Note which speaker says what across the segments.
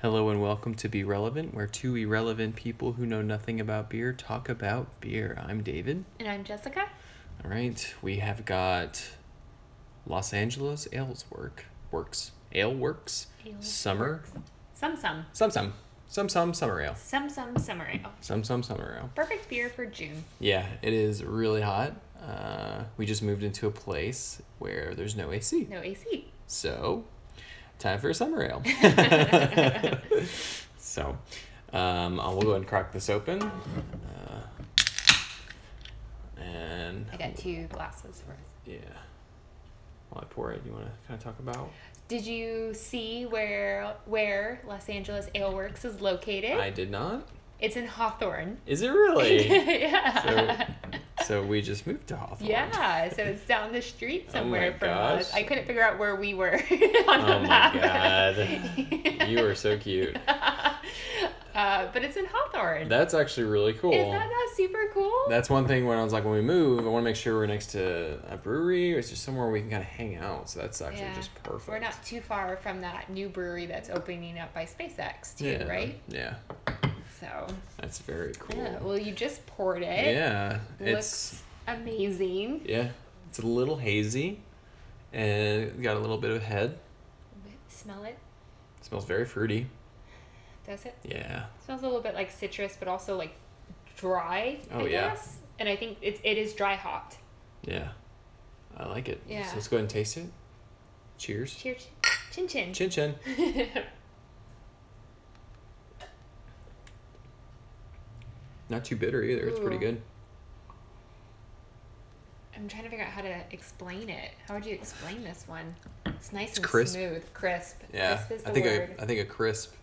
Speaker 1: Hello and welcome to Be Relevant, where two irrelevant people who know nothing about beer talk about beer. I'm David.
Speaker 2: And I'm Jessica.
Speaker 1: All right, we have got Los Angeles Ales Work Works Ale Works
Speaker 2: Ales
Speaker 1: Summer
Speaker 2: Some some.
Speaker 1: Some Some Some Some Summer Ale
Speaker 2: Some some summer ale.
Speaker 1: Some Some Summer Ale.
Speaker 2: Oh, Perfect beer for June.
Speaker 1: Yeah, it is really hot. Uh, we just moved into a place where there's no AC,
Speaker 2: No AC.
Speaker 1: so time for a summer ale. so, um, I will go ahead and crack this open. Uh, and
Speaker 2: I got two glasses for us.
Speaker 1: Yeah. While I pour it, you want to kind of talk about?
Speaker 2: Did you see where where Los Angeles Ale Works is located?
Speaker 1: I did not.
Speaker 2: it's in Hawthorne.
Speaker 1: Is it really?
Speaker 2: yeah.
Speaker 1: so we just moved to Hawthorne.
Speaker 2: yeah, so it's down the street
Speaker 1: Oh my
Speaker 2: somewhere from us.
Speaker 1: gosh.
Speaker 2: I couldn't figure out where we were on
Speaker 1: Oh
Speaker 2: the
Speaker 1: my
Speaker 2: map.
Speaker 1: god. you are so cute.
Speaker 2: uh, but it's in Hawthorne.
Speaker 1: That's actually really cool.
Speaker 2: Is that not super cool?
Speaker 1: That's one thing when I was like, when we move, I want to make sure we're next to a brewery or it's just somewhere we can kind of hang out. So that's actually
Speaker 2: Yeah.
Speaker 1: just perfect.
Speaker 2: We're not too far from that new brewery that's opening up by SpaceX too,
Speaker 1: yeah.
Speaker 2: right?
Speaker 1: Yeah.
Speaker 2: So
Speaker 1: That's very cool.
Speaker 2: yeah. well you just poured it.
Speaker 1: Yeah. It's
Speaker 2: Looks amazing.
Speaker 1: yeah. It's a little hazy and it's got a little bit of head.
Speaker 2: Smell it?
Speaker 1: It smells very fruity.
Speaker 2: Does it?
Speaker 1: Yeah.
Speaker 2: Smells a little bit like citrus but also like dry,
Speaker 1: Oh,
Speaker 2: I
Speaker 1: yeah.
Speaker 2: guess. And I think it's it is dry hopped.
Speaker 1: Yeah. I like it.
Speaker 2: Yeah.
Speaker 1: So let's go ahead and taste it. Cheers.
Speaker 2: Cheer chin chin.
Speaker 1: Chin chin. Not too bitter either. It's pretty
Speaker 2: Ooh.
Speaker 1: good.
Speaker 2: I'm trying to figure out how to explain it. How would you explain this one? It's nice and
Speaker 1: crisp.
Speaker 2: smooth. Crisp.
Speaker 1: Yeah.
Speaker 2: Crisp is the
Speaker 1: I think
Speaker 2: word.
Speaker 1: a, I think a crisp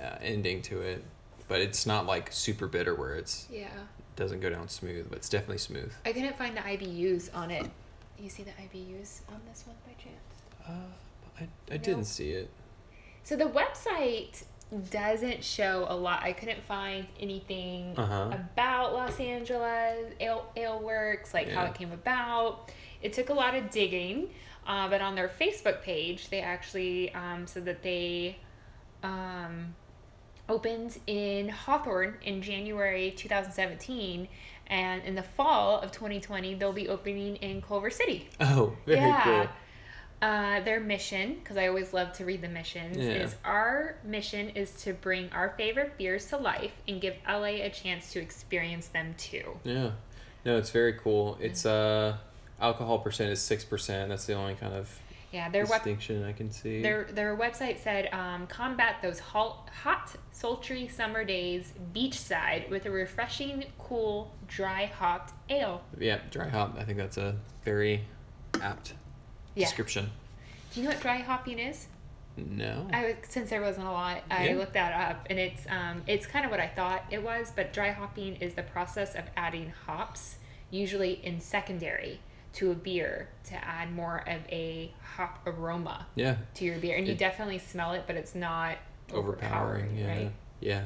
Speaker 1: uh, ending to it, but it's not like super bitter where it's
Speaker 2: yeah.
Speaker 1: doesn't go down smooth, but it's definitely smooth.
Speaker 2: I couldn't find the IBUs on it. You see the IBUs on this one by chance?
Speaker 1: Uh, I, I didn't see it.
Speaker 2: So the website doesn't show a lot. I couldn't find anything
Speaker 1: Uh-huh.
Speaker 2: about Los Angeles Ale, Ale Works, like how
Speaker 1: Yeah.
Speaker 2: it came about. It took a lot of digging, uh, but on their Facebook page, they actually um, said that they um, opened in Hawthorne in January 2017. And in the fall of 2020, they'll be opening in Culver City.
Speaker 1: Oh, very cool.
Speaker 2: Uh, their mission, because I always love to read the missions,
Speaker 1: Yeah.
Speaker 2: is our mission is to bring our favorite beers to life and give LA a chance to experience them too.
Speaker 1: Yeah. No, it's very cool. It's uh alcohol percent is six percent. That's the only kind of
Speaker 2: Yeah, their web
Speaker 1: distinction I can see.
Speaker 2: their their website said um, combat those hot, hot, sultry summer days beachside with a refreshing, cool, dry hopped ale.
Speaker 1: Yeah, dry hop. I think that's a very apt
Speaker 2: Yeah.
Speaker 1: description.
Speaker 2: Do you know what dry hopping is?
Speaker 1: No.
Speaker 2: I was, since there wasn't a lot, I
Speaker 1: Yeah.
Speaker 2: looked that up, and it's um, it's kind of what I thought it was. But dry hopping is the process of adding hops, usually in secondary to a beer, to add more of a hop aroma
Speaker 1: yeah.
Speaker 2: to your beer, and you
Speaker 1: It-
Speaker 2: definitely smell it, but it's not
Speaker 1: Overpowering. Yeah.
Speaker 2: right?
Speaker 1: Yeah.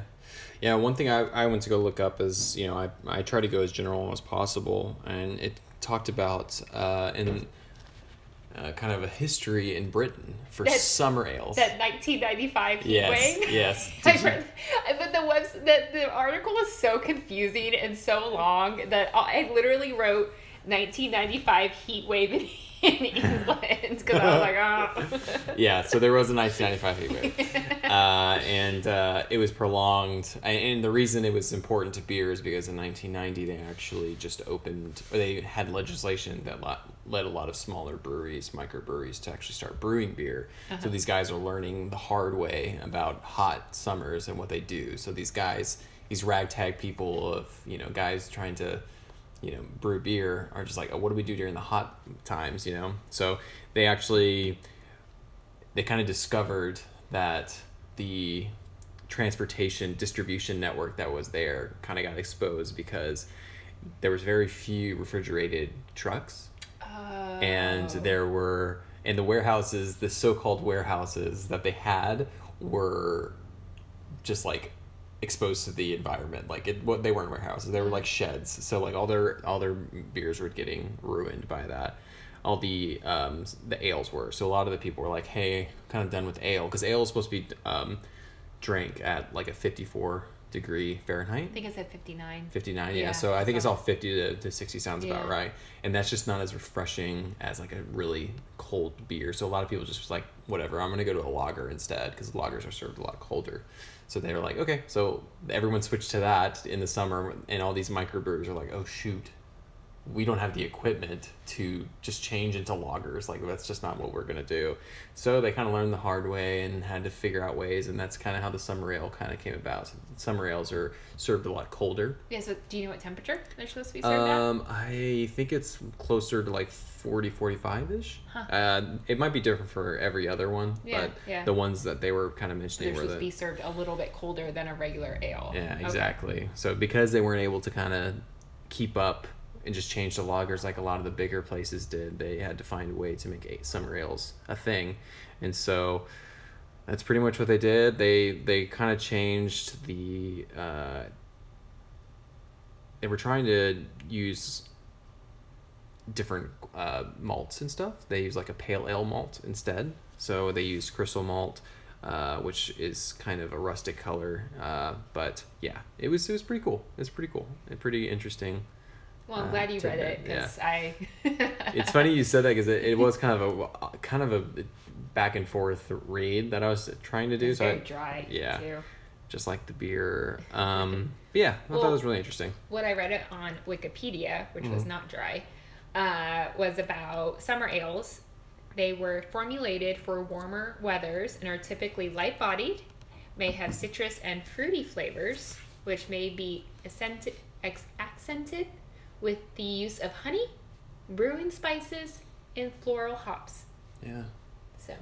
Speaker 1: Yeah. One thing I, I went to go look up is, you know, I, I try to go as general as possible. And it talked about uh, in uh, kind of a history in Britain for
Speaker 2: That-
Speaker 1: summer ales.
Speaker 2: That 1995 heat
Speaker 1: yes.
Speaker 2: wave.
Speaker 1: Yes.
Speaker 2: I read, but the webs that the article was so confusing and so long that I I literally wrote 1995 heat wave in, in England because I was like, oh.
Speaker 1: yeah, so there was a 1995 heat wave. Uh, and uh, it was prolonged. A- And the reason it was important to beer is because in 1990 they actually just opened, or they had legislation that lot, led a lot of smaller breweries, microbreweries, to actually start brewing beer. So these guys are learning the hard way about hot summers and what they do. So these guys, these ragtag people of, you know, guys trying to you know, brew beer are just like, oh, what do we do during the hot times, you know? So they actually they kind of discovered that the transportation distribution network that was there kind of got exposed because there was very few refrigerated trucks
Speaker 2: Uh,
Speaker 1: and there were and the warehouses the so-called warehouses that they had were just like exposed to the environment like it what they weren't warehouses they were like sheds so like all their all their beers were getting ruined by that all the um the ales were so a lot of the people were like hey kind of done with ale because ale is supposed to be um drank at like a 54 degree Fahrenheit.
Speaker 2: I think it's at 59.
Speaker 1: 59 yeah,
Speaker 2: Yeah,
Speaker 1: so i think it's
Speaker 2: so-
Speaker 1: all 50 to, to 60 sounds about
Speaker 2: Yeah.
Speaker 1: right and that's just not as refreshing as like a really cold beer so a lot of people just like whatever i'm gonna go to a lager instead because lagers are served a lot colder so they were like okay so everyone switched to that in the summer and all these microbrewers are like oh shoot we don't have the equipment to just change into loggers. Like that's just not what we're gonna do. So they kind of learned the hard way and had to figure out ways, and that's kind of how the summer ale kind of came about. So summer ales are served a lot colder.
Speaker 2: Yeah, so do you know what temperature they're supposed to be served at?
Speaker 1: Um, I think it's closer to like 40, 45 ish.
Speaker 2: Huh.
Speaker 1: Uh, it might be different for every other one,
Speaker 2: Yeah,
Speaker 1: but
Speaker 2: yeah.
Speaker 1: the ones that they were kind of
Speaker 2: They're
Speaker 1: mentioning were
Speaker 2: supposed
Speaker 1: the
Speaker 2: to be served a little bit colder than a regular ale.
Speaker 1: yeah,
Speaker 2: Okay.
Speaker 1: exactly. So because they weren't able to kind of keep up and just change the loggers like a lot of the bigger places did, they had to find a way to make eight summer ales a thing, and so that's pretty much what they did. They they kind of changed the. Uh, they were trying to use different uh, malts and stuff. They use like a pale ale malt instead. So they use crystal malt, uh, which is kind of a rustic color. Uh, but yeah, it was it was pretty cool. It's pretty cool and pretty interesting.
Speaker 2: Well, I'm
Speaker 1: Uh,
Speaker 2: glad you read it
Speaker 1: tidbit,
Speaker 2: because I.
Speaker 1: It's funny you said that because it, it was kind of a kind of a back and forth read that I was trying to do.
Speaker 2: It's
Speaker 1: So
Speaker 2: very
Speaker 1: I,
Speaker 2: dry.
Speaker 1: yeah.
Speaker 2: Too.
Speaker 1: just like the beer. Um, but yeah, I thought it was really interesting.
Speaker 2: What I read it on Wikipedia, which was not dry, uh, was about summer ales. They were formulated for warmer weathers and are typically light bodied, may have citrus and fruity flavors, which may be accented, ex- accented with the use of honey, brewing spices, and floral hops.
Speaker 1: Yeah,
Speaker 2: So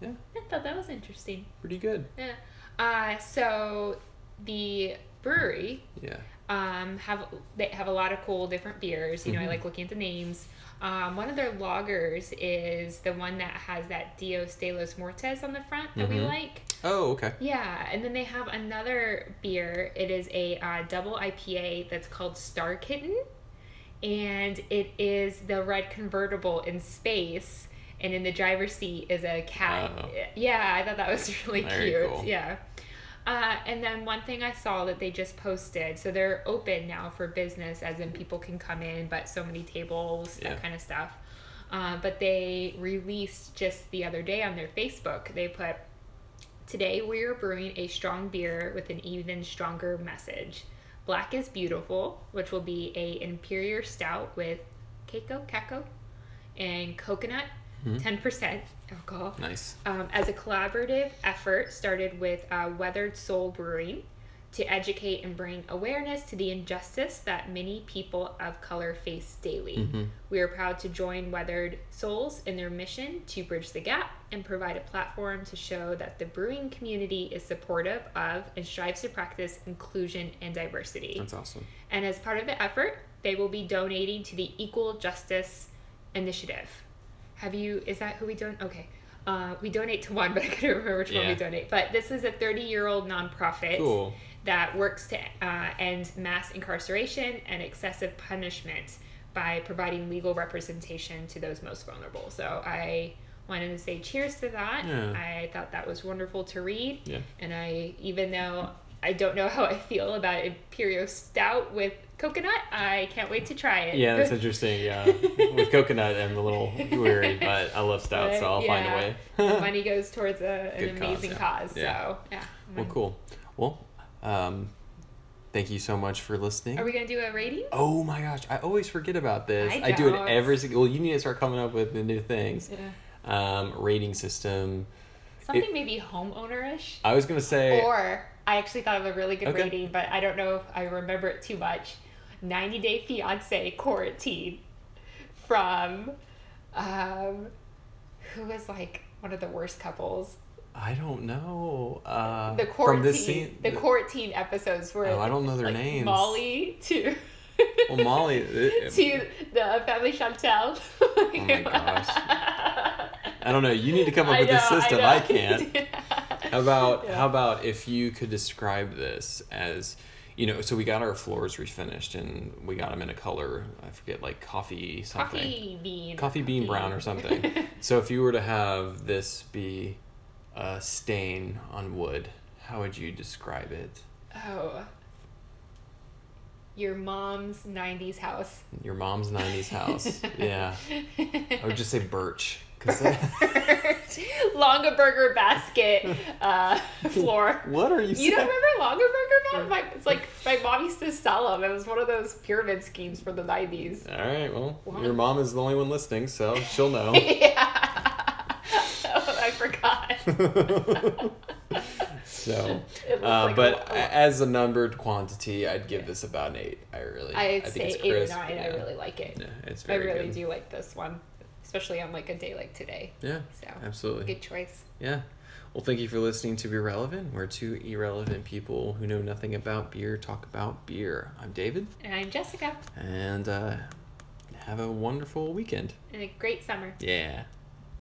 Speaker 1: yeah,
Speaker 2: I thought that was interesting.
Speaker 1: pretty good.
Speaker 2: Yeah. Uh, so the brewery
Speaker 1: Yeah,
Speaker 2: um, have they have a lot of cool different beers. You know,
Speaker 1: Mm-hmm.
Speaker 2: I like looking at the names. Um, one of their lagers is the one that has that Dios de los Muertes on the front that we
Speaker 1: Mhm.
Speaker 2: like.
Speaker 1: Oh, okay.
Speaker 2: Yeah, and then they have another beer. It is a uh, double IPA that's called Star Kitten, and it is the red convertible in space. And in the driver's seat is a cat.
Speaker 1: Wow.
Speaker 2: Yeah, I thought that was really
Speaker 1: Very
Speaker 2: cute.
Speaker 1: cool.
Speaker 2: Yeah. Uh, and then one thing I saw that they just posted, so they're open now for business, as in people can come in, but so many tables,
Speaker 1: Yeah.
Speaker 2: that kind of stuff. Uh, but they released just the other day on their Facebook, they put, Today we are brewing a strong beer with an even stronger message. Black is beautiful, which will be a inferior stout with keiko, kako, and coconut,
Speaker 1: Mhm.
Speaker 2: 10% alcohol
Speaker 1: Nice.
Speaker 2: um, as a collaborative effort started with uh, Weathered Soul Brewing to educate and bring awareness to the injustice that many people of color face daily.
Speaker 1: Mhm.
Speaker 2: We are proud to join Weathered Souls in their mission to bridge the gap and provide a platform to show that the brewing community is supportive of and strives to practice inclusion and diversity.
Speaker 1: That's awesome.
Speaker 2: And as part of the effort, they will be donating to the Equal Justice Initiative. Have you? Is that who we don't? Okay, uh, we donate to one, but I couldn't remember which one we
Speaker 1: Yeah.
Speaker 2: donate. But this is a 30-year-old nonprofit
Speaker 1: Cool.
Speaker 2: that works to uh, end mass incarceration and excessive punishment by providing legal representation to those most vulnerable. So I wanted to say cheers to that.
Speaker 1: Yeah.
Speaker 2: I thought that was wonderful to read.
Speaker 1: Yeah.
Speaker 2: And I, even though I don't know how I feel about Imperial Stout with coconut, I can't wait to try it.
Speaker 1: Yeah, that's interesting. Yeah, with coconut, I'm a little weary, but I love stout, so I'll
Speaker 2: Yeah.
Speaker 1: find a way.
Speaker 2: Money goes towards a, an
Speaker 1: Good cause,
Speaker 2: amazing
Speaker 1: yeah.
Speaker 2: cause.
Speaker 1: Yeah.
Speaker 2: So, yeah. I'm
Speaker 1: well,
Speaker 2: gonna-
Speaker 1: cool. Well, um, thank you so much for listening.
Speaker 2: Are we going to do a rating?
Speaker 1: oh my gosh, I always forget about this.
Speaker 2: I
Speaker 1: I, do it
Speaker 2: don't.
Speaker 1: every single. Well, you need to start coming up with the new things.
Speaker 2: Yeah.
Speaker 1: Um, rating system.
Speaker 2: Something maybe homeowner ish.
Speaker 1: I was gonna say.
Speaker 2: Or I actually thought of a really good
Speaker 1: Okay.
Speaker 2: rating, but I don't know if I remember it too much. 90 Day Fiance Quarantine from um, who was like one of the worst couples.
Speaker 1: I don't know. Uh,
Speaker 2: The quarantine,
Speaker 1: from this scene.
Speaker 2: the quarantine episodes were.
Speaker 1: Oh, I don't know their
Speaker 2: like,
Speaker 1: names.
Speaker 2: Molly to.
Speaker 1: well, Molly. it-
Speaker 2: to the family Chantel. oh
Speaker 1: my gosh. I don't know. You need to come up with this system. I can't. How about
Speaker 2: Yeah.
Speaker 1: how about if you could describe this as you know so we got our floors refinished and we got them in a color i forget like coffee something
Speaker 2: Coffee bean.
Speaker 1: Coffee bean brown or something so if you were to have this be a stain on wood. How would you describe it?
Speaker 2: Oh. Your mom's 90s house.
Speaker 1: Your mom's '90s house. yeah, I would just say birch. 'cause-
Speaker 2: Longaberger basket uh, floor.
Speaker 1: what are you?
Speaker 2: You don't
Speaker 1: saying?
Speaker 2: remember Longaberger? Mom? My, it's like my mom used to sell them. It was one of those pyramid schemes from the 90s.
Speaker 1: All right. Well,
Speaker 2: What?
Speaker 1: your mom is the only one listening, so she'll know.
Speaker 2: yeah. oh, I forgot.
Speaker 1: so,
Speaker 2: It looks
Speaker 1: uh,
Speaker 2: like a
Speaker 1: but
Speaker 2: lo-
Speaker 1: a- as a numbered quantity, I'd give this about an eight. I really,
Speaker 2: I'd
Speaker 1: I think
Speaker 2: say
Speaker 1: it's
Speaker 2: eight or
Speaker 1: crisp.
Speaker 2: nine.
Speaker 1: Yeah.
Speaker 2: I really like it.
Speaker 1: yeah, it's
Speaker 2: I
Speaker 1: very
Speaker 2: really
Speaker 1: good.
Speaker 2: do like this one, especially on like a day like today.
Speaker 1: Yeah,
Speaker 2: So
Speaker 1: absolutely.
Speaker 2: good choice.
Speaker 1: Yeah. Well, thank you for listening to Be Relevant. We're two irrelevant people who know nothing about beer talk about beer. I'm David,
Speaker 2: And I'm Jessica,
Speaker 1: and uh, have a wonderful weekend.
Speaker 2: and a great summer.
Speaker 1: Yeah.